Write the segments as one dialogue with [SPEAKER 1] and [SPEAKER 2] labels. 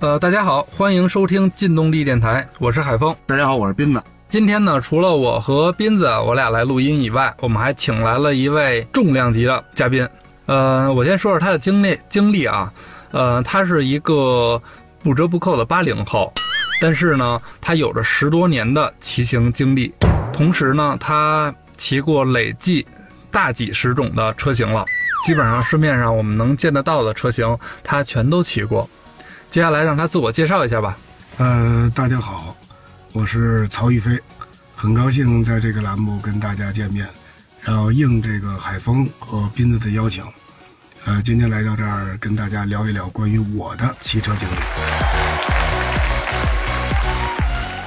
[SPEAKER 1] 呃，大家好，欢迎收听劲动力电台，我是海峰。
[SPEAKER 2] 大家好，我是斌子。
[SPEAKER 1] 今天呢，除了我和斌子我俩来录音以外，我们还请来了一位重量级的嘉宾。呃，我先说说他的经历经历啊，呃，他是一个不折不扣的八零后，但是呢，他有着十多年的骑行经历，同时呢，他骑过累计大几十种的车型了，基本上市面上我们能见得到的车型，他全都骑过。接下来让他自我介绍一下吧。
[SPEAKER 3] 呃，大家好，我是曹一飞，很高兴在这个栏目跟大家见面，然后应这个海峰和斌子的邀请，呃，今天来到这儿跟大家聊一聊关于我的骑车经历。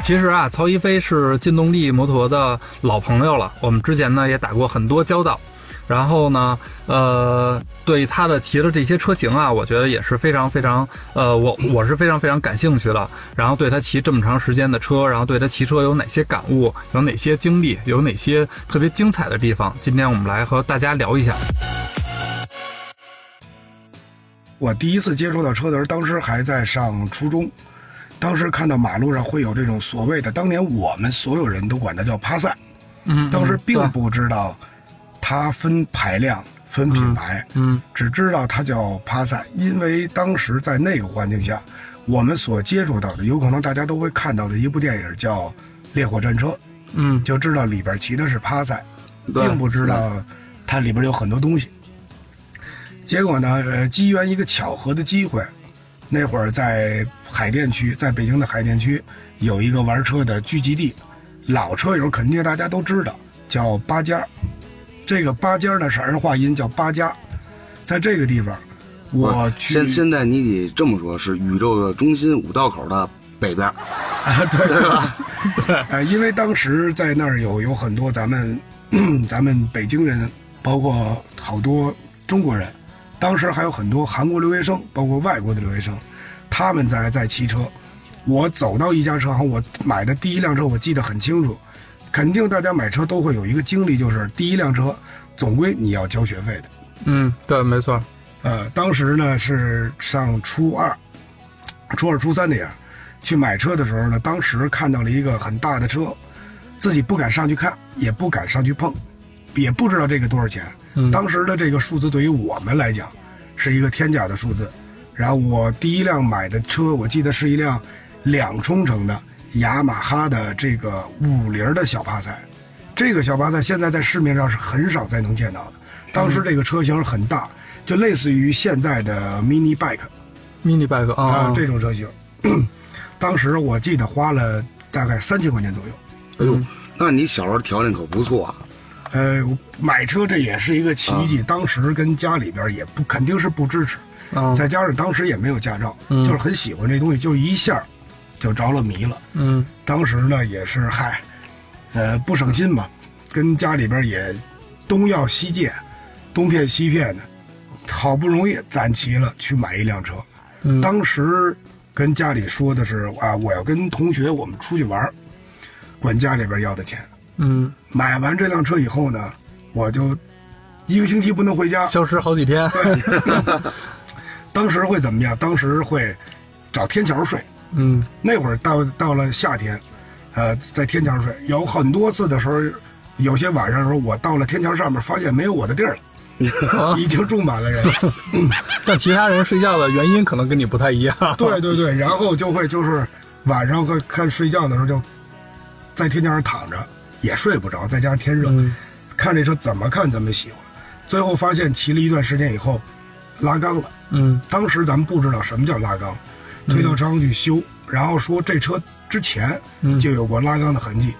[SPEAKER 1] 其实啊，曹一飞是劲动力摩托的老朋友了，我们之前呢也打过很多交道。然后呢，呃，对他的骑的这些车型啊，我觉得也是非常非常，呃，我 我是非常非常感兴趣的。然后对他骑这么长时间的车，然后对他骑车有哪些感悟，有哪些经历，有哪些特别精彩的地方，今天我们来和大家聊一下。
[SPEAKER 3] 我第一次接触到车的时候，当时还在上初中，当时看到马路上会有这种所谓的，当年我们所有人都管它叫趴赛，
[SPEAKER 1] 嗯，
[SPEAKER 3] 当时并
[SPEAKER 1] 对
[SPEAKER 3] 不知道它分排量、分品牌，
[SPEAKER 1] 嗯
[SPEAKER 3] 只知道它叫趴赛，因为当时在那个环境下，我们所接触到的，有可能大家都会看到的一部电影叫《烈火战车》，
[SPEAKER 1] 嗯，
[SPEAKER 3] 就知道里边骑的是趴赛，
[SPEAKER 1] 对
[SPEAKER 3] 并不知道它里边有很多东西。结果呢，呃，机缘一个巧合的机会，那会儿在海淀区，在北京的海淀区有一个玩车的聚集地，老车友肯定大家都知道，叫八家儿。这个八家儿呢是儿化音，叫八家。在这个地方，我去
[SPEAKER 2] 现现在你得这么说，是宇宙的中心五道口的北边。
[SPEAKER 3] 啊，对对吧？呃，因为当时在那儿有有很多咱们咱们北京人，包括好多中国人，当时还有很多韩国留学生，包括外国的留学生，他们在在骑车。我走到一家车行，我买的第一辆车我记得很清楚，肯定大家买车都会有一个经历，就是第一辆车总归你要交学费的。
[SPEAKER 1] 嗯，对，没错，
[SPEAKER 3] 呃，当时呢是上初二、初二、初三那样去买车的时候呢，当时看到了一个很大的车，自己不敢上去看，也不敢上去碰，也不知道这个多少钱。
[SPEAKER 1] 嗯
[SPEAKER 3] 当时的这个数字对于我们来讲是一个天价的数字。然后我第一辆买的车，我记得是一辆两冲程的雅马哈的这个五菱的小帕赛，这个小帕赛现在在市面上是很少再能见到的。当时这个车型很大，就类似于现在的 mini bike，
[SPEAKER 1] ，mini bike 啊、
[SPEAKER 3] 啊，这种车型。 当时我记得花了大概三千块钱左右。
[SPEAKER 2] 哎呦，那你小时候条件可不错啊。
[SPEAKER 3] 呃，我买车这也是一个奇迹，当时跟家里边也不肯定是不支持，
[SPEAKER 1] 嗯
[SPEAKER 3] 再加上当时也没有驾照，
[SPEAKER 1] 嗯
[SPEAKER 3] 就是很喜欢这东西，就一下就着了迷了。
[SPEAKER 1] 嗯
[SPEAKER 3] 当时呢也是嗨，呃不省心吧，跟家里边也东要西借，东骗西骗的，好不容易攒齐了去买一辆车。
[SPEAKER 1] 嗯
[SPEAKER 3] 当时跟家里说的是啊，我要跟同学我们出去玩儿，管家里边要的钱。
[SPEAKER 1] 嗯，
[SPEAKER 3] 买完这辆车以后呢，我就一个星期不能回家。
[SPEAKER 1] 消失好几天，
[SPEAKER 3] 当时会怎么样？当时会找天桥睡。
[SPEAKER 1] 嗯
[SPEAKER 3] 那会儿到到了夏天，呃，在天桥睡，有很多次的时候，有些晚上的时候，我到了天桥上面，发现没有我的地儿
[SPEAKER 1] 啊
[SPEAKER 3] 了，已经住满了人。
[SPEAKER 1] 但其他人睡觉的原因可能跟你不太一样。
[SPEAKER 3] 对对对，然后就会就是晚上会看睡觉的时候就在天桥上躺着，也睡不着，再加上天热，
[SPEAKER 1] 嗯
[SPEAKER 3] 看这车怎么看怎么喜欢。最后发现骑了一段时间以后，拉缸了。
[SPEAKER 1] 嗯
[SPEAKER 3] 当时咱们不知道什么叫拉缸，推到车上去修，然后说这车之前
[SPEAKER 1] 嗯
[SPEAKER 3] 就有过拉缸的痕迹，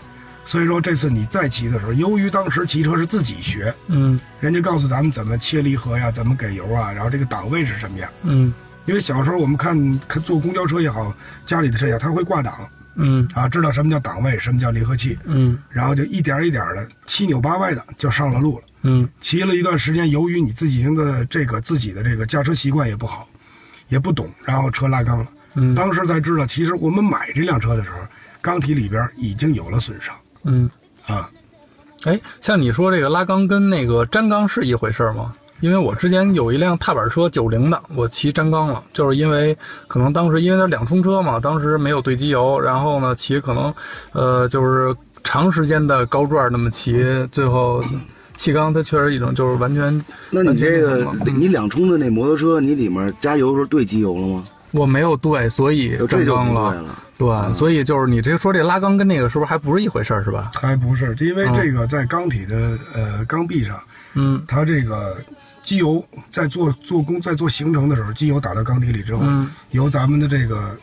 [SPEAKER 3] 所以说这次你再骑的时候，由于当时骑车是自己学，
[SPEAKER 1] 嗯
[SPEAKER 3] 人家告诉咱们怎么切离合呀，怎么给油啊，然后这个档位是什么样。
[SPEAKER 1] 嗯
[SPEAKER 3] 因为小时候我们看看坐公交车也好，家里的车也好，他会挂档
[SPEAKER 1] 嗯
[SPEAKER 3] 啊，知道什么叫档位，什么叫离合器，
[SPEAKER 1] 嗯
[SPEAKER 3] 然后就一点一点的七扭八歪的就上了路了。
[SPEAKER 1] 嗯
[SPEAKER 3] 骑了一段时间，由于你自己的这个自己的这个驾车习惯也不好，也不懂，然后车拉缸了。
[SPEAKER 1] 嗯
[SPEAKER 3] 当时才知道，其实我们买这辆车的时候，缸体里边已经有了损伤
[SPEAKER 1] 嗯。
[SPEAKER 3] 啊。
[SPEAKER 1] 哎，像你说这个拉缸跟那个粘缸是一回事儿吗？因为我之前有一辆踏板车九零的，我骑粘缸了，就是因为可能当时因为它两冲车嘛，当时没有对机油，然后呢骑可能呃就是长时间的高转那么骑，最后气缸它确实一种就是完全
[SPEAKER 2] 那你这个
[SPEAKER 1] 完全不同了
[SPEAKER 2] 你两冲的那摩托车，你里面加油的时候兑机油了吗？
[SPEAKER 1] 我没有对，所以
[SPEAKER 2] 有这
[SPEAKER 1] 粘
[SPEAKER 2] 就
[SPEAKER 1] 缸
[SPEAKER 2] 不
[SPEAKER 1] 了
[SPEAKER 2] 会。了。
[SPEAKER 1] 对，所以就是你这说这拉缸跟那个是不是还不是一回事儿，是吧？
[SPEAKER 3] 还不是，因为这个在缸体的呃缸壁上，
[SPEAKER 1] 嗯
[SPEAKER 3] 它这个机油在做做工在做行程的时候，机油打到缸体里之后，
[SPEAKER 1] 嗯
[SPEAKER 3] 由咱们的这个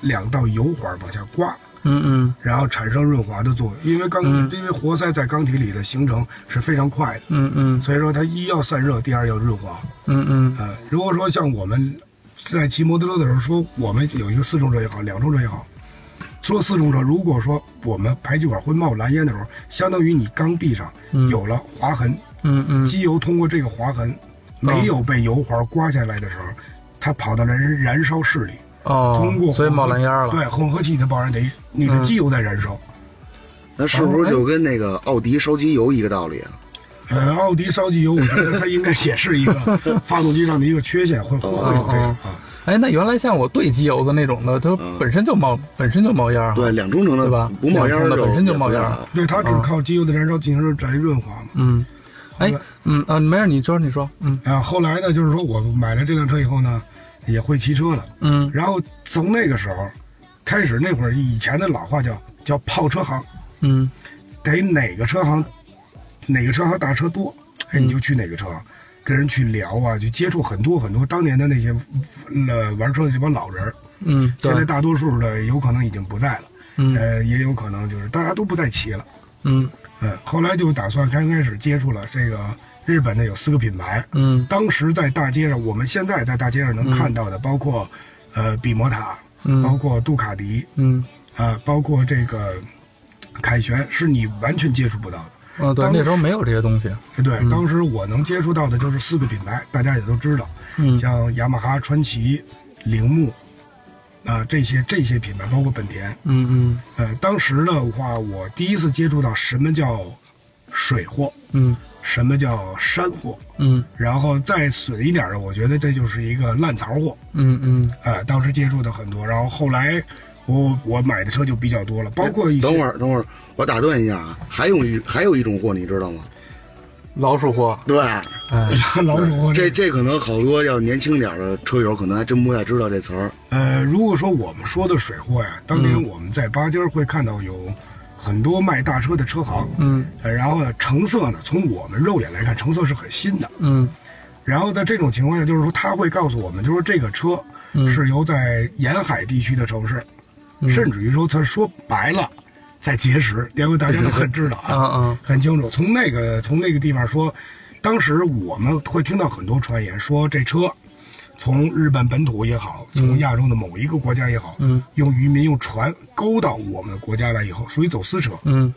[SPEAKER 3] 两道油环往下刮，
[SPEAKER 1] 嗯嗯
[SPEAKER 3] 然后产生润滑的作用。因为缸、
[SPEAKER 1] 嗯
[SPEAKER 3] 因为活塞在缸体里的形成是非常快的，
[SPEAKER 1] 嗯嗯
[SPEAKER 3] 所以说它一要散热，第二要润滑。
[SPEAKER 1] 嗯嗯
[SPEAKER 3] 呃，如果说像我们在骑摩托车的时候说，我们有一个四冲车也好，两冲车也好，说四冲车，如果说我们排气管会冒蓝烟的时候，相当于你缸壁上
[SPEAKER 1] 嗯
[SPEAKER 3] 有了划痕，
[SPEAKER 1] 嗯嗯，
[SPEAKER 3] 机油通过这个划痕没有被油环刮下来的时候，它跑到了燃燃烧室里，
[SPEAKER 1] 哦
[SPEAKER 3] 通过，
[SPEAKER 1] 所以
[SPEAKER 3] 混
[SPEAKER 1] 冒
[SPEAKER 3] 合
[SPEAKER 1] 蓝烟儿了。
[SPEAKER 3] 对，混合气的爆燃得你的
[SPEAKER 1] 嗯
[SPEAKER 3] 机油在燃烧。
[SPEAKER 2] 那是不是就跟那个奥迪烧机油一个道理啊？
[SPEAKER 3] 呃，奥迪烧机油，我觉得它应该也是一个 发动机上的一个缺陷，会会会有这个
[SPEAKER 1] 哦
[SPEAKER 3] 啊。
[SPEAKER 1] 哎，那原来像我对机油的那种的，它
[SPEAKER 2] 嗯
[SPEAKER 1] 本身就冒本身就冒烟儿哈。
[SPEAKER 2] 对，两冲程的
[SPEAKER 1] 对吧
[SPEAKER 2] 不冒烟
[SPEAKER 1] 两冲的
[SPEAKER 2] 就
[SPEAKER 1] 本身就冒烟
[SPEAKER 2] 也不大了
[SPEAKER 3] 对，它只
[SPEAKER 1] 哦
[SPEAKER 3] 靠机油的燃烧进行宅润滑嘛。
[SPEAKER 1] 嗯，哎
[SPEAKER 3] 后来，
[SPEAKER 1] 嗯啊，没事，你说你说，嗯
[SPEAKER 3] 啊，后来呢，就是说我买了这辆车以后呢，也会骑车了。
[SPEAKER 1] 嗯
[SPEAKER 3] 然后从那个时候开始，那会儿以前的老话叫叫泡车行，
[SPEAKER 1] 嗯
[SPEAKER 3] 得哪个车行，哪个车行大车多，
[SPEAKER 1] 嗯
[SPEAKER 3] 哎，你就去哪个车行，跟人去聊啊，就接触很多很多当年的那些呃玩车的这帮老人儿。
[SPEAKER 1] 嗯，对
[SPEAKER 3] 现，在大多数的有可能已经不在了，
[SPEAKER 1] 嗯
[SPEAKER 3] 呃，也有可能就是大家都不再骑了。
[SPEAKER 1] 嗯
[SPEAKER 3] 嗯，后来就打算刚开始接触了这个日本的有四个品牌，
[SPEAKER 1] 嗯
[SPEAKER 3] 当时在大街上，我们现在在大街上能看到的，包括呃比摩塔，包
[SPEAKER 1] 嗯
[SPEAKER 3] 括杜卡迪
[SPEAKER 1] 嗯，
[SPEAKER 3] 啊、包括这个凯旋，是你完全接触不到的。
[SPEAKER 1] 哦，对，
[SPEAKER 3] 当
[SPEAKER 1] 那时候没有这些东西。
[SPEAKER 3] 哎对，
[SPEAKER 2] 嗯
[SPEAKER 3] 当时我能接触到的就是四个品牌，大家也都知道，
[SPEAKER 1] 嗯
[SPEAKER 3] 像雅马哈、川崎、铃木啊、这些这些品牌，包括本田。
[SPEAKER 1] 嗯
[SPEAKER 3] 呃，当时的话，我第一次接触到什么叫水货，
[SPEAKER 1] 嗯
[SPEAKER 3] 什么叫山货，
[SPEAKER 1] 嗯
[SPEAKER 3] 然后再损一点的，我觉得这就是一个烂槽货。
[SPEAKER 1] 嗯嗯
[SPEAKER 3] 呃，当时接触的很多，然后后来我我买的车就比较多了，包括一些
[SPEAKER 2] 等会儿，等会儿，我打断一下啊，还有一还有一种货，你知道吗？
[SPEAKER 1] 嗯，老鼠货，
[SPEAKER 2] 对，
[SPEAKER 1] 哎，
[SPEAKER 3] 老鼠
[SPEAKER 2] 这这可能好多要年轻点儿的车友可能还真不太知道这词儿。
[SPEAKER 3] 呃，如果说我们说的水货呀，当年我们在巴街会看到有很多卖大车的车行，
[SPEAKER 1] 嗯
[SPEAKER 3] 呃然后呢，成色呢，从我们肉眼来看，成色是很新的。
[SPEAKER 1] 嗯
[SPEAKER 3] 然后在这种情况下，就是说他会告诉我们，就是说这个车
[SPEAKER 1] 嗯
[SPEAKER 3] 是由在沿海地区的城市，
[SPEAKER 1] 嗯
[SPEAKER 3] 甚至于说他说白了，在碣石，因为大家都很知道
[SPEAKER 1] 啊啊，
[SPEAKER 3] 很清楚。从那个从那个地方说，当时我们会听到很多传言，说这车从日本本土也好，从亚洲的某一个国家也好，
[SPEAKER 1] 嗯
[SPEAKER 3] 用渔民用船勾到我们国家来以后，属于走私车，
[SPEAKER 1] 嗯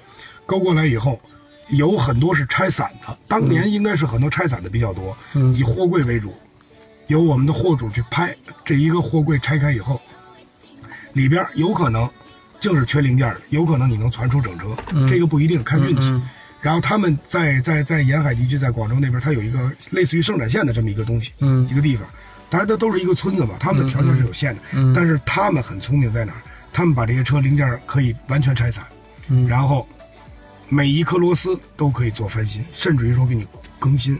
[SPEAKER 3] 勾过来以后。有很多是拆散的，当年应该是很多拆散的比较多，
[SPEAKER 1] 嗯
[SPEAKER 3] 以货柜为主，由我们的货主去拍这一个货柜拆开以后，里边有可能就是缺零件的，有可能你能传出整车，这个不一定看运气。
[SPEAKER 1] 嗯
[SPEAKER 3] 然后他们在在在沿海地区，在广州那边，它有一个类似于生产线的这么一个东西，
[SPEAKER 1] 嗯
[SPEAKER 3] 一个地方，大家都都是一个村子嘛，他们的条件是有限的，
[SPEAKER 1] 嗯嗯
[SPEAKER 3] 但是他们很聪明在哪儿？他们把这些车零件儿可以完全拆散，
[SPEAKER 1] 嗯
[SPEAKER 3] 然后每一颗螺丝都可以做翻新，甚至于说给你更新，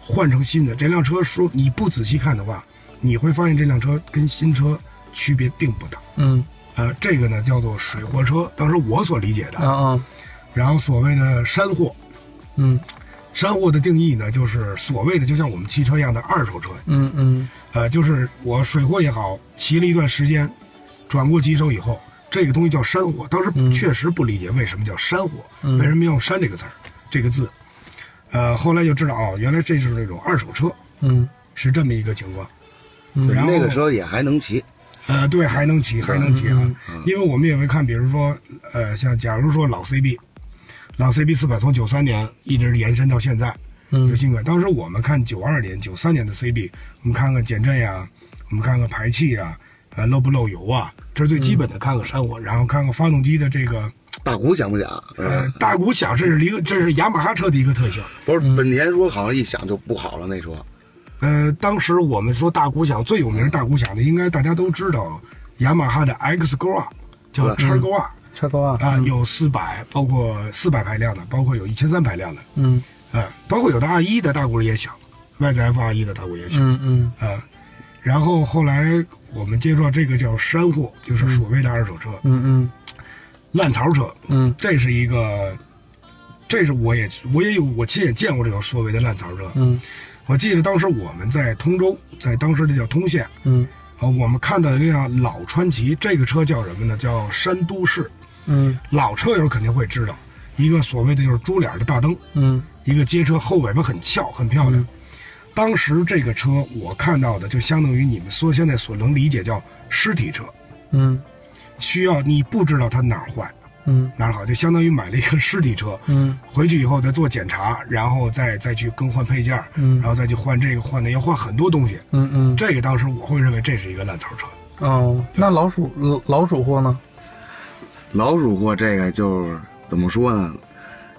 [SPEAKER 3] 换成新的。这辆车说你不仔细看的话，你会发现这辆车跟新车区别并不大。
[SPEAKER 1] 嗯
[SPEAKER 3] 呃，这个呢叫做水货车，当时我所理解的。
[SPEAKER 1] 啊啊
[SPEAKER 3] 然后所谓的山货，
[SPEAKER 1] 嗯
[SPEAKER 3] 山货的定义呢，就是所谓的就像我们汽车一样的二手车，
[SPEAKER 1] 嗯嗯
[SPEAKER 3] 呃，就是我水货也好，骑了一段时间，转过几手以后，这个东西叫山货。当时
[SPEAKER 1] 嗯
[SPEAKER 3] 确实不理解为什么叫山货，
[SPEAKER 1] 嗯
[SPEAKER 3] 为什么要用“山”这个词儿，这个字。呃，后来就知道哦，原来这就是那种二手车，
[SPEAKER 1] 嗯
[SPEAKER 3] 是这么一个情况。
[SPEAKER 2] 对
[SPEAKER 3] 然后
[SPEAKER 2] 嗯那个车也还能骑，
[SPEAKER 3] 呃，对，还能骑，还能骑啊，因为我们也会看，比如说，呃，像假如说老 CB，老 CB 四百从九三年一直延伸到现在，有
[SPEAKER 1] 嗯
[SPEAKER 3] 新款。当时我们看九二年、九三年的 CB，我们看看减震呀、我们看看排气啊，呃，漏不漏油啊，这是最基本的，看看山火，然后看看发动机的这个
[SPEAKER 2] 大鼓响不响？
[SPEAKER 3] 呃
[SPEAKER 2] 嗯，，
[SPEAKER 3] 大鼓响这是一个，这是雅马哈车的一个特性。
[SPEAKER 2] 不是本田说好像一响就不好了那车，
[SPEAKER 3] 呃，当时我们说大鼓响最有名，大鼓响的应该大家都知道，雅马哈的 X Go R 叫叉 Go R
[SPEAKER 1] 车高啊，
[SPEAKER 3] 啊，有四百，包括四百排量的，包括有一千三排量的，
[SPEAKER 1] 嗯
[SPEAKER 3] 啊，包括有的 R 一的大鼓也响，YZF R 一的大鼓也响。
[SPEAKER 1] 嗯嗯
[SPEAKER 3] 啊，然后后来我们接触到这个叫山货，就是所谓的二手车、
[SPEAKER 1] 嗯
[SPEAKER 3] 烂槽车，
[SPEAKER 1] 嗯嗯
[SPEAKER 3] 这是一个，这是我也我也有我亲眼见过这种所谓的烂槽车。
[SPEAKER 1] 嗯
[SPEAKER 3] 我记得当时我们在通州，在当时这叫通县
[SPEAKER 1] 嗯
[SPEAKER 3] 啊，我们看到的这辆老川崎，这个车叫什么呢？叫山都市。
[SPEAKER 1] 嗯
[SPEAKER 3] 老车友肯定会知道，一个所谓的就是猪脸的大灯，
[SPEAKER 1] 嗯
[SPEAKER 3] 一个街车后尾巴很翘，很漂亮。当时这个车我看到的就相当于你们说现在所能理解叫尸体车，
[SPEAKER 1] 嗯
[SPEAKER 3] 需要你不知道它哪儿坏
[SPEAKER 1] 嗯
[SPEAKER 3] 哪儿好，就相当于买了一个尸体车，
[SPEAKER 1] 嗯
[SPEAKER 3] 回去以后再做检查，然后再再去更换配件儿，
[SPEAKER 1] 嗯
[SPEAKER 3] 然后再去换这个换那，要换很多东西。
[SPEAKER 1] 嗯嗯
[SPEAKER 3] 这个当时我会认为这是一个烂草车，
[SPEAKER 1] 哦，那老鼠老老鼠货呢？
[SPEAKER 2] 老鼠货这个就是怎么说呢？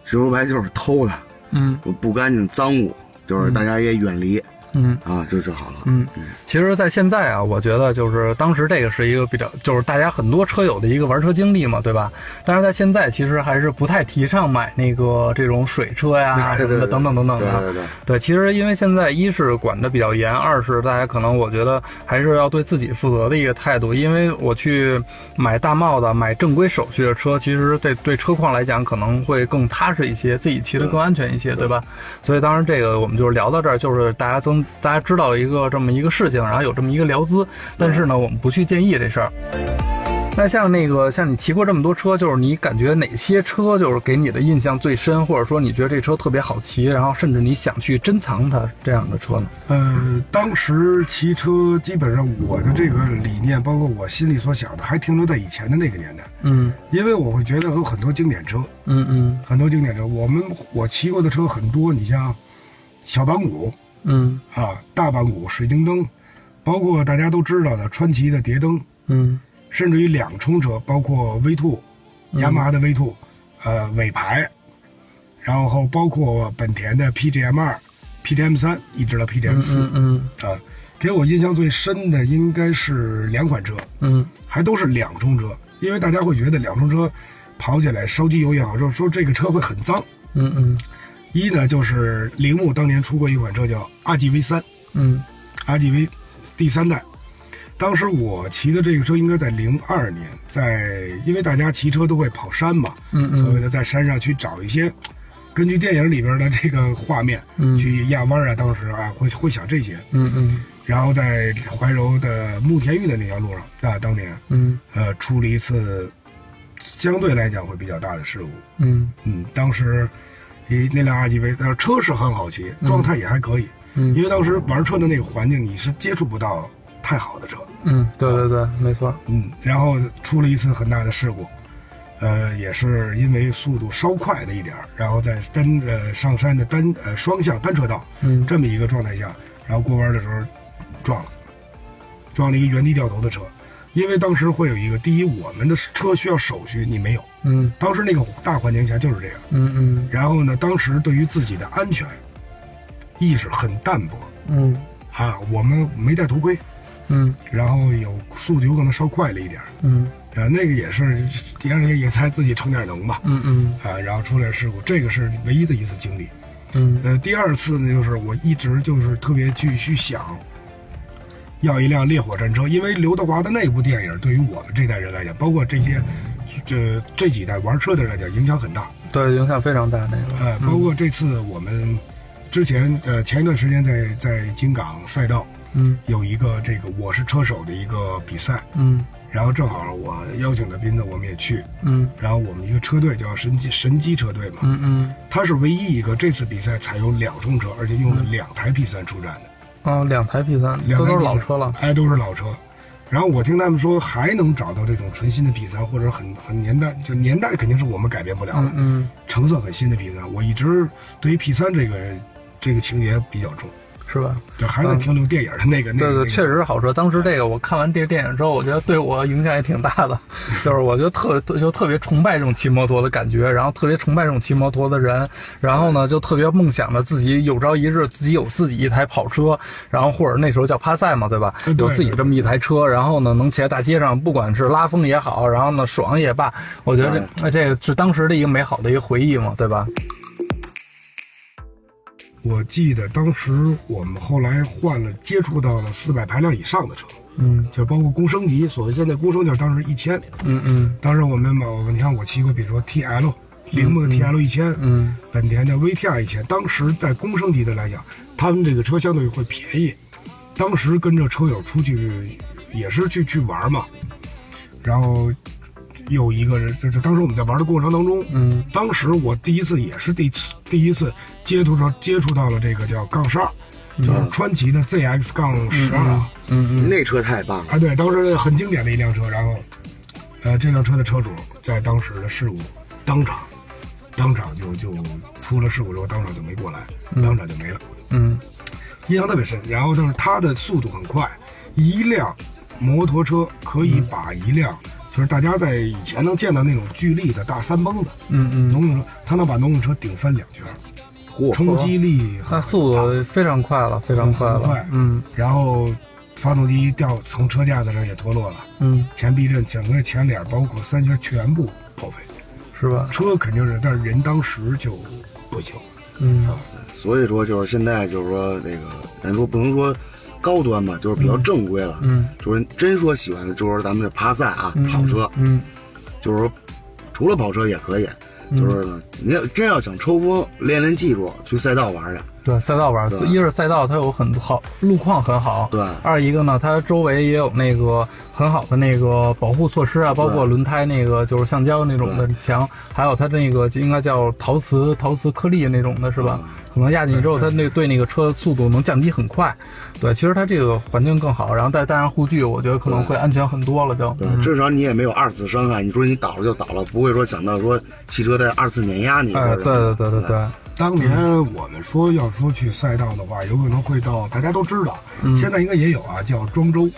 [SPEAKER 2] 说白就是偷的，
[SPEAKER 1] 嗯
[SPEAKER 2] 不干净脏物，就是大家也远离、
[SPEAKER 1] 嗯。
[SPEAKER 2] 啊，就就好了。
[SPEAKER 1] 嗯，其实，在现在啊，我觉得就是当时这个是一个比较，就是大家很多车友的一个玩车经历嘛，对吧？但是在现在，其实还是不太提倡买那个这种水车呀什
[SPEAKER 2] 对
[SPEAKER 1] 么
[SPEAKER 2] 对
[SPEAKER 1] 的，
[SPEAKER 2] 对
[SPEAKER 1] 等等等等
[SPEAKER 2] 对啊
[SPEAKER 1] 的。
[SPEAKER 2] 对对，
[SPEAKER 1] 对，其实因为现在一是管得比较严，二是大家可能我觉得还是要对自己负责的一个态度。因为我去买大帽子、买正规手续的车，其实对对车况来讲可能会更踏实一些，自己骑得更安全一些，对吧？所以当然这个我们就是聊到这儿，就是大家增大家知道一个这么一个事情，然后有这么一个聊资，但是呢，我们不去建议这事儿。那像那个，像你骑过这么多车，就是你感觉哪些车就是给你的印象最深，或者说你觉得这车特别好骑，然后甚至你想去珍藏它这样的车呢？
[SPEAKER 3] 呃，当时骑车基本上我的这个理念，包括我心里所想的，还停留在以前的那个年代，
[SPEAKER 1] 嗯
[SPEAKER 3] 因为我会觉得有很多经典车，
[SPEAKER 1] 嗯嗯
[SPEAKER 3] 很多经典车，我们我骑过的车很多，你像小板鼓
[SPEAKER 1] 嗯
[SPEAKER 3] 啊、大板鼓、水晶灯，包括大家都知道的川崎的蝶灯，
[SPEAKER 1] 嗯
[SPEAKER 3] 甚至于两冲车，包括 V Two、雅马哈的 V Two，呃，尾排，然后包括本田的 PGM 二、PGM 三，一直到 PGM 四啊、
[SPEAKER 1] 嗯
[SPEAKER 3] 给我印象最深的应该是两款车，
[SPEAKER 1] 嗯
[SPEAKER 3] 还都是两冲车，因为大家会觉得两冲车跑起来烧机油也好，就是说这个车会很脏。
[SPEAKER 1] 嗯嗯
[SPEAKER 3] 一呢，就是铃木当年出过一款车叫 RGV 三
[SPEAKER 1] 嗯
[SPEAKER 3] ，RGV 第三代。当时我骑的这个车应该在零二年，在因为大家骑车都会跑山嘛，
[SPEAKER 1] 嗯
[SPEAKER 3] 所谓
[SPEAKER 1] 嗯
[SPEAKER 3] 的在山上去找一些，根据电影里边的这个画面
[SPEAKER 1] 嗯
[SPEAKER 3] 去压弯啊，当时啊会会想这些。
[SPEAKER 1] 嗯
[SPEAKER 3] 然后在怀柔的慕田峪的那条路上，那当年
[SPEAKER 1] 嗯
[SPEAKER 3] 呃出了一次相对来讲会比较大的事故，
[SPEAKER 1] 嗯
[SPEAKER 3] 嗯，当时一那辆 RGV，但是车是很好骑，状态也还可以，
[SPEAKER 1] 嗯
[SPEAKER 3] 因为当时玩车的那个环境你是接触不到太好的车，
[SPEAKER 1] 嗯，对对对，没错。
[SPEAKER 3] 嗯，然后出了一次很大的事故，呃，也是因为速度稍快了一点儿，然后在单呃上山的单呃双向单车道
[SPEAKER 1] 嗯
[SPEAKER 3] 这么一个状态下，然后过弯的时候撞了，撞了一个原地掉头的车，因为当时会有一个第一，我们的车需要手续，你没有，
[SPEAKER 1] 嗯
[SPEAKER 3] 当时那个大环境下就是这样。
[SPEAKER 1] 嗯
[SPEAKER 3] 然后呢，当时对于自己的安全意识很淡薄
[SPEAKER 1] 嗯
[SPEAKER 3] 啊，我们没戴头盔，
[SPEAKER 1] 嗯
[SPEAKER 3] 然后有速度有可能稍快了一点儿，
[SPEAKER 1] 嗯
[SPEAKER 3] 啊，那个也是，也是也才自己逞点能吧，
[SPEAKER 1] 嗯嗯
[SPEAKER 3] 啊，然后出了事故，这个是唯一的一次经历。
[SPEAKER 1] 嗯
[SPEAKER 3] 呃，第二次呢，就是我一直就是特别去去想。要一辆烈火战车，因为刘德华的那部电影对于我们这代人来讲，包括这些，这这几代玩车的人来讲，影响很大。
[SPEAKER 1] 对，影响非常大这个。
[SPEAKER 3] 呃，包括这次我们之前呃前一段时间在在京港赛道
[SPEAKER 1] 嗯
[SPEAKER 3] 有一个这个我是车手的一个比赛，
[SPEAKER 1] 嗯
[SPEAKER 3] 然后正好我邀请的斌子我们也去，
[SPEAKER 1] 嗯
[SPEAKER 3] 然后我们一个车队叫神机神机车队嘛，
[SPEAKER 1] 嗯嗯，
[SPEAKER 3] 它是唯一一个这次比赛采用两冲车，而且用了
[SPEAKER 1] 嗯
[SPEAKER 3] 两台 P 三出战的，
[SPEAKER 1] 哦，两台 P 三，这
[SPEAKER 3] 两
[SPEAKER 1] 都
[SPEAKER 3] 台
[SPEAKER 1] 是
[SPEAKER 3] P3
[SPEAKER 1] 老车了。
[SPEAKER 3] 哎，都是老车。然后我听他们说还能找到这种纯新的 P 三，或者很很年代，就年代肯定是我们改变不了的
[SPEAKER 1] 嗯，嗯。
[SPEAKER 3] 成色很新的 P 三，我一直对于 P 三这个这个情节比较重。
[SPEAKER 1] 嗯是吧？
[SPEAKER 3] 对，还在停留电影的那个那
[SPEAKER 1] 对
[SPEAKER 3] 个。
[SPEAKER 1] 对，确实是好车。当时这个我看完这个电影之后，我觉得对我影响也挺大的，就是我就特就特别崇拜这种骑摩托的感觉，然后特别崇拜这种骑摩托的人，然后呢就特别梦想着自己有朝一日自己有自己一台跑车，然后或者那时候叫趴赛嘛，对吧？
[SPEAKER 3] 嗯对
[SPEAKER 1] 有自己这么一台车，然后呢能骑在大街上，不管是拉风也好，然后呢爽也罢，我觉得这这个是当时的一个美好的一个回忆嘛，对吧？
[SPEAKER 3] 我记得当时我们后来换了，接触到了四百排量以上的车，
[SPEAKER 1] 嗯
[SPEAKER 3] 就是包括工升级，所谓现在工升就是当时一千，
[SPEAKER 1] 嗯嗯
[SPEAKER 3] 当时我们买，我们你看我骑过，比如说 TL 铃木的 TL 一千，
[SPEAKER 1] 嗯，
[SPEAKER 3] 本田的 VTR 一千，当时在工升级的来讲，他们这个车相对会便宜。当时跟着车友出去，也是去去玩嘛，然后有一个人，就是当时我们在玩的过程当中，
[SPEAKER 1] 嗯，
[SPEAKER 3] 当时我第一次也是第一次第一次接触着接触到了这个叫杠十二，
[SPEAKER 1] 嗯
[SPEAKER 3] 就是川崎的 ZX 杠十二、
[SPEAKER 2] 那车太棒了，
[SPEAKER 3] 啊，对，当时很经典的一辆车，然后，呃，这辆车的车主在当时的事故当场，当场就就出了事故之后，当场就没过来，当场就没了，
[SPEAKER 1] 嗯
[SPEAKER 3] 印象特别深。然后，但是它的速度很快，一辆摩托车可
[SPEAKER 1] 嗯
[SPEAKER 3] 以把一辆，就是大家在以前能见到那种巨力的大三蹦子
[SPEAKER 1] 嗯嗯，
[SPEAKER 3] 农用车，它能把农用车顶翻两圈，
[SPEAKER 2] 嚯，
[SPEAKER 3] 冲击力很
[SPEAKER 1] 那速
[SPEAKER 3] 大
[SPEAKER 1] 度非常快了，非常快
[SPEAKER 3] 很
[SPEAKER 1] 了
[SPEAKER 3] 快，
[SPEAKER 1] 嗯
[SPEAKER 3] 然后发动机掉从车架子上也脱落了。
[SPEAKER 1] 嗯，
[SPEAKER 3] 前避震、整个前脸包括三星全部报废，
[SPEAKER 1] 是吧？
[SPEAKER 3] 车肯定是，但是人当时就不行。
[SPEAKER 1] 嗯
[SPEAKER 2] 所以说就是现在就是说那个，咱说不能说高端吧，就是比较正规了。
[SPEAKER 1] 嗯
[SPEAKER 2] 就是真说喜欢，就是咱们这趴赛啊，
[SPEAKER 1] 嗯，
[SPEAKER 2] 跑车，
[SPEAKER 1] 嗯
[SPEAKER 2] 就是说除了跑车也可以，就是呢你要真要想抽风，练练技术，去赛道玩去。
[SPEAKER 1] 对，赛道玩，
[SPEAKER 2] 对
[SPEAKER 1] 一是赛道它有很好路况很好，
[SPEAKER 2] 对
[SPEAKER 1] 二一个呢，它周围也有那个很好的那个保护措施啊，包括轮胎那个就是橡胶那种的墙，还有它那个应该叫陶瓷陶瓷颗粒那种的是吧？可能压进去之后，它那对那个车速度能降低很快。对，其实它这个环境更好，然后再带上护具，我觉得可能会安全很多了就。
[SPEAKER 2] 对，至少你也没有二次伤害。你说你倒了就倒了，不会说想到说汽车在二次碾压你。
[SPEAKER 1] 哎，对对对对对，
[SPEAKER 3] 当年我们说要说去赛道的话，有可能会到大家都知道，现在应该也有啊，叫庄周，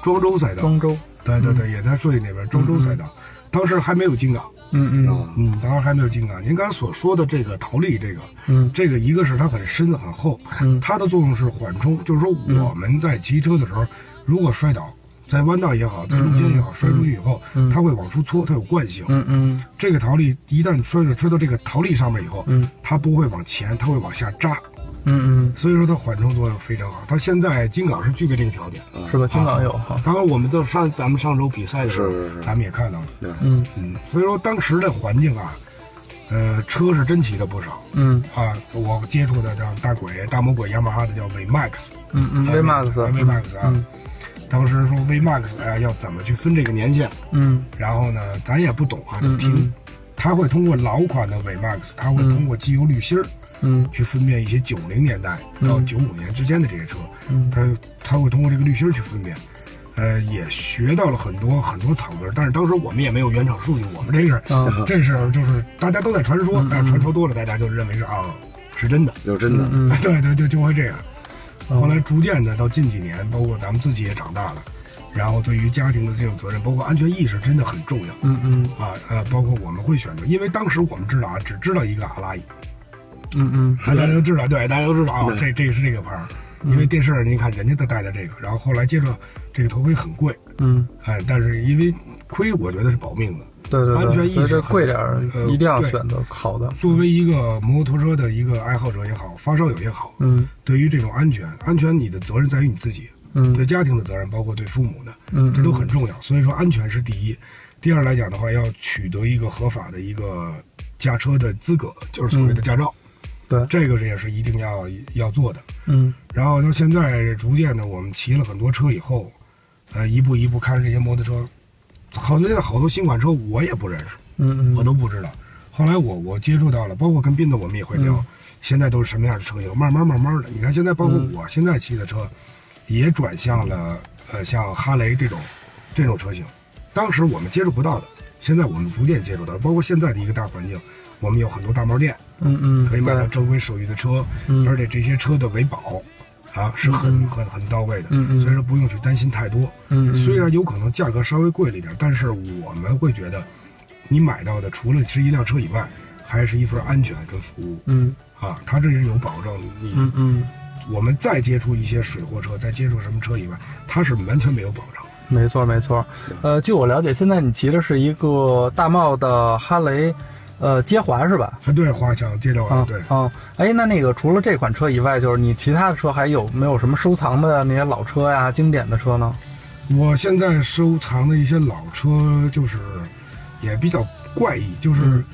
[SPEAKER 3] 庄周赛道。
[SPEAKER 1] 庄周，
[SPEAKER 3] 对对对，也在顺义那边庄周赛道，当时还没有金刚。
[SPEAKER 1] 嗯嗯
[SPEAKER 2] 啊，
[SPEAKER 3] 嗯，当然还没有金刚。您刚才所说的这个陶粒，这个，
[SPEAKER 1] 嗯
[SPEAKER 3] 这个一个是它很深很厚，
[SPEAKER 1] 嗯
[SPEAKER 3] 它的作用是缓冲，就是说我们在骑车的时候，如果摔倒，在弯道也
[SPEAKER 1] 嗯
[SPEAKER 3] 好，在路肩也好，摔出去以后，它会往出搓，它有惯性。
[SPEAKER 1] 嗯嗯
[SPEAKER 3] 这个陶粒一旦摔着摔到这个陶粒上面以后，
[SPEAKER 1] 嗯
[SPEAKER 3] 它不会往前，它会往下扎，
[SPEAKER 1] 嗯
[SPEAKER 3] 所以说它缓冲作用非常好。它现在金刚是具备这个条件。
[SPEAKER 1] 嗯，是吧？金
[SPEAKER 3] 啊
[SPEAKER 1] 港有哈，
[SPEAKER 3] 当然，我们在上咱们上周比赛的时候，
[SPEAKER 2] 是是是
[SPEAKER 3] 咱们也看到了，
[SPEAKER 1] 嗯
[SPEAKER 3] 嗯，所以说当时的环境啊，呃，车是真骑的不少
[SPEAKER 1] 嗯
[SPEAKER 3] 啊。我接触的叫大鬼、大魔鬼、雅马哈的叫 V Max
[SPEAKER 1] 嗯嗯
[SPEAKER 3] 还
[SPEAKER 1] ，V
[SPEAKER 3] 有
[SPEAKER 1] Max，
[SPEAKER 3] V Max 啊。
[SPEAKER 1] 嗯
[SPEAKER 3] 当时说 V Max 啊，要怎么去分这个年限？
[SPEAKER 1] 嗯
[SPEAKER 3] 然后呢，咱也不懂啊，
[SPEAKER 1] 嗯
[SPEAKER 3] 就听。
[SPEAKER 1] 嗯
[SPEAKER 3] 他会通过老款的 V Max，他会通过机油滤芯儿
[SPEAKER 1] 嗯
[SPEAKER 3] 去分辨一些九零年代到
[SPEAKER 1] 嗯
[SPEAKER 3] 九五年之间的这些车，
[SPEAKER 1] 嗯
[SPEAKER 3] 他他会通过这个滤芯儿去分辨，呃，也学到了很多很多草根儿，但是当时我们也没有原厂数据，我们这个、
[SPEAKER 1] 啊
[SPEAKER 3] 这事儿就是大家都在传说，
[SPEAKER 1] 嗯
[SPEAKER 3] 但是传说多了，大家就认为是啊是真的，
[SPEAKER 2] 就真的，
[SPEAKER 1] 嗯
[SPEAKER 3] 对对对，就会这样。
[SPEAKER 1] 嗯
[SPEAKER 3] 后来逐渐的到近几年，包括咱们自己也长大了，然后对于家庭的这种责任，包括安全意识真的很重要。
[SPEAKER 1] 嗯嗯
[SPEAKER 3] 啊呃，包括我们会选择，因为当时我们知道啊，只知道一个阿拉伊，啊
[SPEAKER 1] 嗯嗯
[SPEAKER 3] 大家都知道，对，大家都知道啊，这这是这个牌儿，因为电视上您看人家都戴的这个，然后后来接着这个头盔很贵，
[SPEAKER 1] 嗯，
[SPEAKER 3] 哎，但是因为盔我觉得是保命的，
[SPEAKER 1] 对对对，
[SPEAKER 3] 安全意
[SPEAKER 1] 所
[SPEAKER 3] 识
[SPEAKER 1] 以这
[SPEAKER 3] 很
[SPEAKER 1] 贵点儿
[SPEAKER 3] 呃
[SPEAKER 1] 一定要
[SPEAKER 3] 对
[SPEAKER 1] 选择好的，
[SPEAKER 3] 作为一个摩托车的一个爱好者也好，发烧友也好，
[SPEAKER 1] 嗯
[SPEAKER 3] 对于这种安全，安全你的责任在于你自己，
[SPEAKER 1] 嗯
[SPEAKER 3] 对家庭的责任，包括对父母的，
[SPEAKER 1] 嗯，
[SPEAKER 3] 这都很重要。所以说安全是第一，第二来讲的话，要取得一个合法的一个驾车的资格，就是所谓的
[SPEAKER 1] 嗯
[SPEAKER 3] 驾照。
[SPEAKER 1] 对，
[SPEAKER 3] 这个是也是一定要要做的。
[SPEAKER 1] 嗯
[SPEAKER 3] 然后到现在逐渐的，我们骑了很多车以后，呃，一步一步看这些摩托车，好多现在好多新款车我也不认识，
[SPEAKER 1] 嗯
[SPEAKER 3] 我
[SPEAKER 1] 嗯
[SPEAKER 3] 都不知道。后来我我接触到了，包括跟斌子我们也会
[SPEAKER 1] 嗯
[SPEAKER 3] 聊，现在都是什么样的车型，慢慢慢慢的，你看现在包括
[SPEAKER 1] 嗯
[SPEAKER 3] 我现在骑的车，也转向了呃像哈雷这种这种车型，当时我们接触不到的，现在我们逐渐接触到，包括现在的一个大环境，我们有很多大贸店，
[SPEAKER 1] 嗯嗯，
[SPEAKER 3] 可以买到
[SPEAKER 1] 对
[SPEAKER 3] 正规手续的车，
[SPEAKER 1] 嗯
[SPEAKER 3] 而且这些车的维保，啊，是很很很到位的，
[SPEAKER 1] 嗯嗯
[SPEAKER 3] 所以说不用去担心太多。
[SPEAKER 1] 嗯，嗯
[SPEAKER 3] 虽然有可能价格稍微贵了一点，但是我们会觉得，你买到的除了是一辆车以外，还是一份安全跟服务
[SPEAKER 1] 嗯
[SPEAKER 3] 啊，它这是有保证。你、
[SPEAKER 1] 嗯嗯，
[SPEAKER 3] 我们再接触一些水货车，再接触什么车以外，它是完全没有保障。
[SPEAKER 1] 没错没错。呃，据我了解，现在你骑的是一个大贸的哈雷，呃，接环是吧？
[SPEAKER 3] 啊，对，华强街道
[SPEAKER 1] 啊
[SPEAKER 3] 啊，对，
[SPEAKER 1] 啊，哎，那那个除了这款车以外，就是你其他的车还有没有什么收藏的那些老车呀、经典的车呢？
[SPEAKER 3] 我现在收藏的一些老车，就是也比较怪异，就是、
[SPEAKER 1] 嗯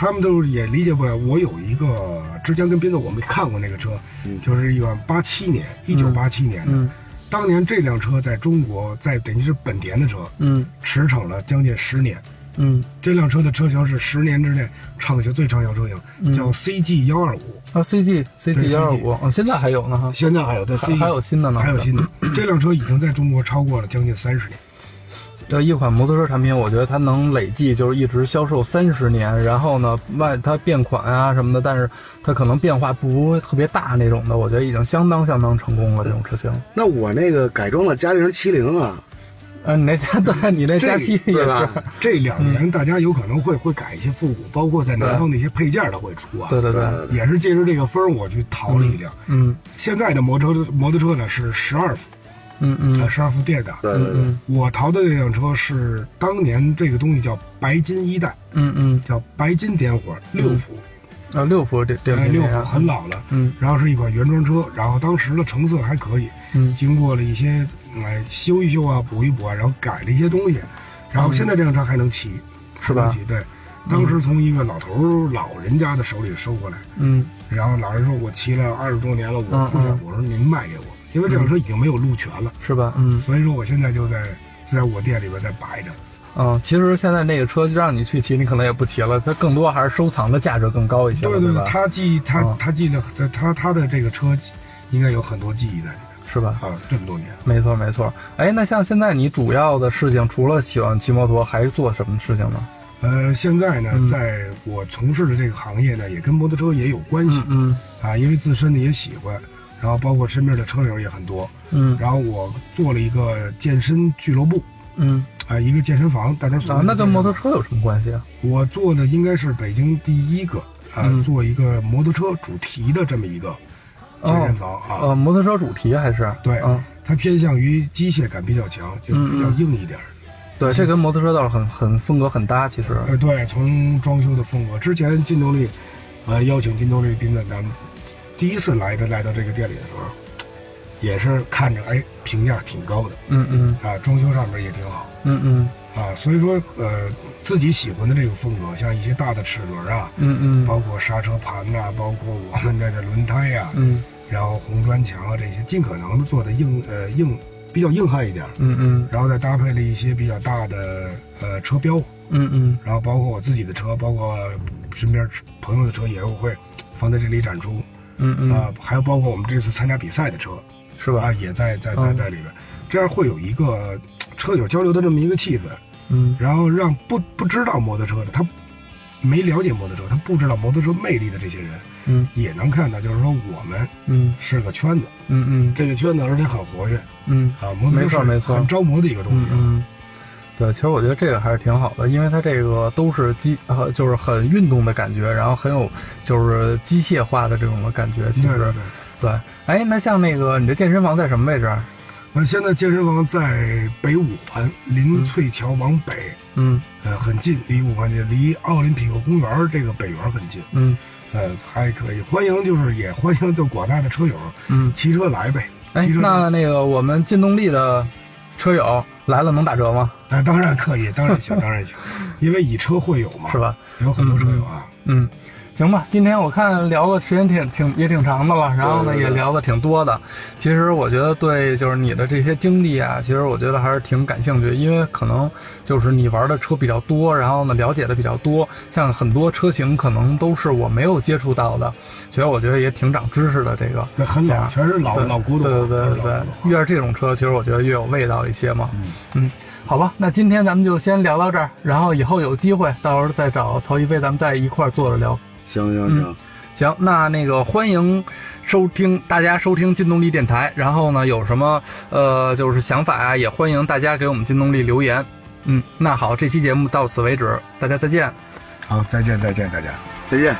[SPEAKER 3] 他们都也理解不了。我有一个之前跟斌子我们看过那个车，
[SPEAKER 2] 嗯
[SPEAKER 3] 就是一款八七年，一九八七年的、
[SPEAKER 1] 嗯
[SPEAKER 3] 当年这辆车在中国，在等于是本田的车，
[SPEAKER 1] 嗯
[SPEAKER 3] 驰骋了将近十年。
[SPEAKER 1] 嗯，
[SPEAKER 3] 这辆车的车型是十年之内畅销最畅销车
[SPEAKER 1] 嗯
[SPEAKER 3] 型，叫 CG 幺二五。
[SPEAKER 1] 啊，CG CG 幺二五，嗯现在还有呢哈，
[SPEAKER 3] 现在还有对
[SPEAKER 1] 还
[SPEAKER 3] CG
[SPEAKER 1] 还有新的呢，
[SPEAKER 3] 还有新的， 这辆车已经在中国超过了将近三十年。
[SPEAKER 1] 呃，一款摩托车产品，我觉得它能累计就是一直销售三十年，然后呢，外它变款啊什么的，但是它可能变化不特别大那种的，我觉得已经相当相当成功了这种车型。
[SPEAKER 2] 那我那个改装了家里人七零啊，
[SPEAKER 1] 呃，你那家对，你那
[SPEAKER 3] 这
[SPEAKER 1] 假期也
[SPEAKER 2] 对
[SPEAKER 1] 是，
[SPEAKER 2] 吧？
[SPEAKER 3] 这两
[SPEAKER 1] 嗯
[SPEAKER 3] 年大家有可能会会改一些复古，包括在南方的一些配件儿它会出啊。
[SPEAKER 1] 对对对，
[SPEAKER 3] 也是借着这个风儿我去淘了一辆。
[SPEAKER 1] 嗯
[SPEAKER 3] 现在的摩托车摩托车呢是十二伏，
[SPEAKER 1] 嗯
[SPEAKER 3] 啊
[SPEAKER 1] 嗯
[SPEAKER 3] 十二伏电的。
[SPEAKER 2] 对对对，
[SPEAKER 1] 嗯
[SPEAKER 3] 我淘的这辆车是当年这个东西叫白金一代，
[SPEAKER 1] 嗯嗯，
[SPEAKER 3] 叫白金点火六伏，
[SPEAKER 1] 啊，嗯六伏这这
[SPEAKER 3] 哎，
[SPEAKER 1] 品
[SPEAKER 3] 六
[SPEAKER 1] 牌
[SPEAKER 3] 伏
[SPEAKER 1] 啊，
[SPEAKER 3] 很老了。
[SPEAKER 1] 嗯
[SPEAKER 3] 然后是一款原装车，然后当时的成色还可以，
[SPEAKER 1] 嗯
[SPEAKER 3] 经过了一些哎修一修啊、补一补啊，然后改了一些东西，然后现在这辆车还能骑，
[SPEAKER 1] 是吧
[SPEAKER 3] 还能骑对，当时从一个老头儿老人家的手里收过来，
[SPEAKER 1] 嗯
[SPEAKER 3] 然后老人说：“我骑了二十多年了，我
[SPEAKER 1] 嗯
[SPEAKER 3] 不想。
[SPEAKER 1] 嗯
[SPEAKER 3] 我说：“您卖给我，因为这辆车已经没有路权了，
[SPEAKER 1] 是吧？嗯
[SPEAKER 3] 所以说我现在就在就在我店里边在摆着。
[SPEAKER 1] 嗯，其实现在那个车让你去骑，你可能也不骑了，它更多还是收藏的价值更高一些了，
[SPEAKER 3] 对
[SPEAKER 1] 吧？
[SPEAKER 3] 他记他
[SPEAKER 1] 嗯
[SPEAKER 3] 他记了他他的这个车应该有很多记忆在里
[SPEAKER 1] 是吧？
[SPEAKER 3] 面啊，这么多年。
[SPEAKER 1] 没错没错，哎，那像现在你主要的事情，除了喜欢骑摩托，还做什么事情呢？
[SPEAKER 3] 呃，现在呢，
[SPEAKER 1] 嗯
[SPEAKER 3] 在我从事的这个行业呢，也跟摩托车也有关系、
[SPEAKER 1] 嗯
[SPEAKER 3] 啊，因为自身呢也喜欢，然后包括身边的车友也很多，
[SPEAKER 1] 嗯
[SPEAKER 3] 然后我做了一个健身俱乐部
[SPEAKER 1] 嗯
[SPEAKER 3] 啊，一个健身房，大家所
[SPEAKER 1] 啊
[SPEAKER 3] 谓，的
[SPEAKER 1] 那跟
[SPEAKER 3] 健身
[SPEAKER 1] 摩托车有什么关系啊？
[SPEAKER 3] 我做的应该是北京第一个啊，
[SPEAKER 1] 嗯
[SPEAKER 3] 做一个摩托车主题的这么一个健身房、啊，
[SPEAKER 1] 呃，摩托车主题还是
[SPEAKER 3] 对
[SPEAKER 1] 嗯，
[SPEAKER 3] 它偏向于机械感比较强，就比较硬一点儿。
[SPEAKER 1] 对，这跟摩托车倒是很很风格很搭，其实，
[SPEAKER 3] 呃，对，从装修的风格，之前金动力，呃，邀请金动力斌子，咱们第一次来的来到这个店里的时候，也是看着哎评价挺高的
[SPEAKER 1] 嗯嗯
[SPEAKER 3] 啊，装修上面也挺好
[SPEAKER 1] 嗯嗯
[SPEAKER 3] 啊，所以说呃自己喜欢的这个风格，像一些大的齿轮啊，
[SPEAKER 1] 嗯嗯
[SPEAKER 3] 包括刹车盘呐、包括我们的这轮胎呀、
[SPEAKER 1] 嗯
[SPEAKER 3] 然后红砖墙啊这些，尽可能的做的硬呃硬比较硬汉一点儿，
[SPEAKER 1] 嗯
[SPEAKER 3] 然后再搭配了一些比较大的呃车标。
[SPEAKER 1] 嗯嗯
[SPEAKER 3] 然后包括我自己的车，包括身边朋友的车也会放在这里展出
[SPEAKER 1] 嗯
[SPEAKER 3] 啊、
[SPEAKER 1] 嗯，
[SPEAKER 3] 还有包括我们这次参加比赛的车
[SPEAKER 1] 是吧嗯
[SPEAKER 3] 啊，？也在在在在里边，这样会有一个车友交流的这么一个气氛，
[SPEAKER 1] 嗯
[SPEAKER 3] 然后让不不知道摩托车的他没了解摩托车，他不知道摩托车魅力的这些人
[SPEAKER 1] 嗯
[SPEAKER 3] 也能看到，就是说我们
[SPEAKER 1] 嗯
[SPEAKER 3] 是个圈子，
[SPEAKER 1] 嗯
[SPEAKER 3] 这个圈子而且很活跃
[SPEAKER 1] 嗯。
[SPEAKER 3] 啊，摩托
[SPEAKER 1] 没错
[SPEAKER 3] 车
[SPEAKER 1] 没
[SPEAKER 3] 是
[SPEAKER 1] 错
[SPEAKER 3] 很着魔的一个东西啊，
[SPEAKER 1] 嗯，对，其实我觉得这个还是挺好的，因为它这个都是机呃，就是很运动的感觉，然后很有就是机械化的这种的感觉，其
[SPEAKER 3] 对对
[SPEAKER 1] 实
[SPEAKER 3] 对。
[SPEAKER 1] 对。哎，那像那个你这健身房在什么位置啊？
[SPEAKER 3] 呃，现在健身房在北五环临翠桥往北，
[SPEAKER 1] 嗯
[SPEAKER 3] 呃，很近，离五环就离奥林匹克公园儿这个北园儿很近，
[SPEAKER 1] 嗯
[SPEAKER 3] 呃，还可以。欢迎就是也欢迎就广大的车友
[SPEAKER 1] 嗯。
[SPEAKER 3] 骑车来呗，
[SPEAKER 1] 哎，
[SPEAKER 3] 骑车来
[SPEAKER 1] 那那个我们劲动力的车友来了能打折吗？
[SPEAKER 3] 那、呃当然可以，当 然行，当然行，因为以车会友嘛，
[SPEAKER 1] 是？吧？
[SPEAKER 3] 有很多车友啊，
[SPEAKER 1] 嗯，行吧，今天我看聊的时间挺挺也挺长的了，然后呢
[SPEAKER 2] 对对
[SPEAKER 1] 也
[SPEAKER 2] 对
[SPEAKER 1] 聊的挺多的。其实我觉得对，就是你的这些经历啊，其实我觉得还是挺感兴趣，因为可能就是你玩的车比较多，然后呢了解的比较多，像很多车型可能都是我没有接触到的，所以我觉得也挺长知识的这个。
[SPEAKER 3] 那很
[SPEAKER 1] 对
[SPEAKER 3] 老，
[SPEAKER 1] 啊
[SPEAKER 3] 全是老
[SPEAKER 1] 对
[SPEAKER 3] 老古董
[SPEAKER 1] 对
[SPEAKER 3] 啊，
[SPEAKER 1] 对
[SPEAKER 3] 都
[SPEAKER 1] 对
[SPEAKER 3] 是老
[SPEAKER 1] 对
[SPEAKER 3] 古董啊，
[SPEAKER 1] 越是这种车，其实我觉得越有味道一些嘛。嗯好吧，那今天咱们就先聊到这儿，然后以后有机会，到时候再找曹一飞，咱们再一块儿坐着聊。
[SPEAKER 2] 行行行，
[SPEAKER 1] 行，那那个欢迎收听大家收听劲动力电台，然后呢有什么呃就是想法啊，也欢迎大家给我们劲动力留言。嗯，那好，这期节目到此为止，大家再见。
[SPEAKER 3] 好，再见，再见，大家。
[SPEAKER 2] 再见。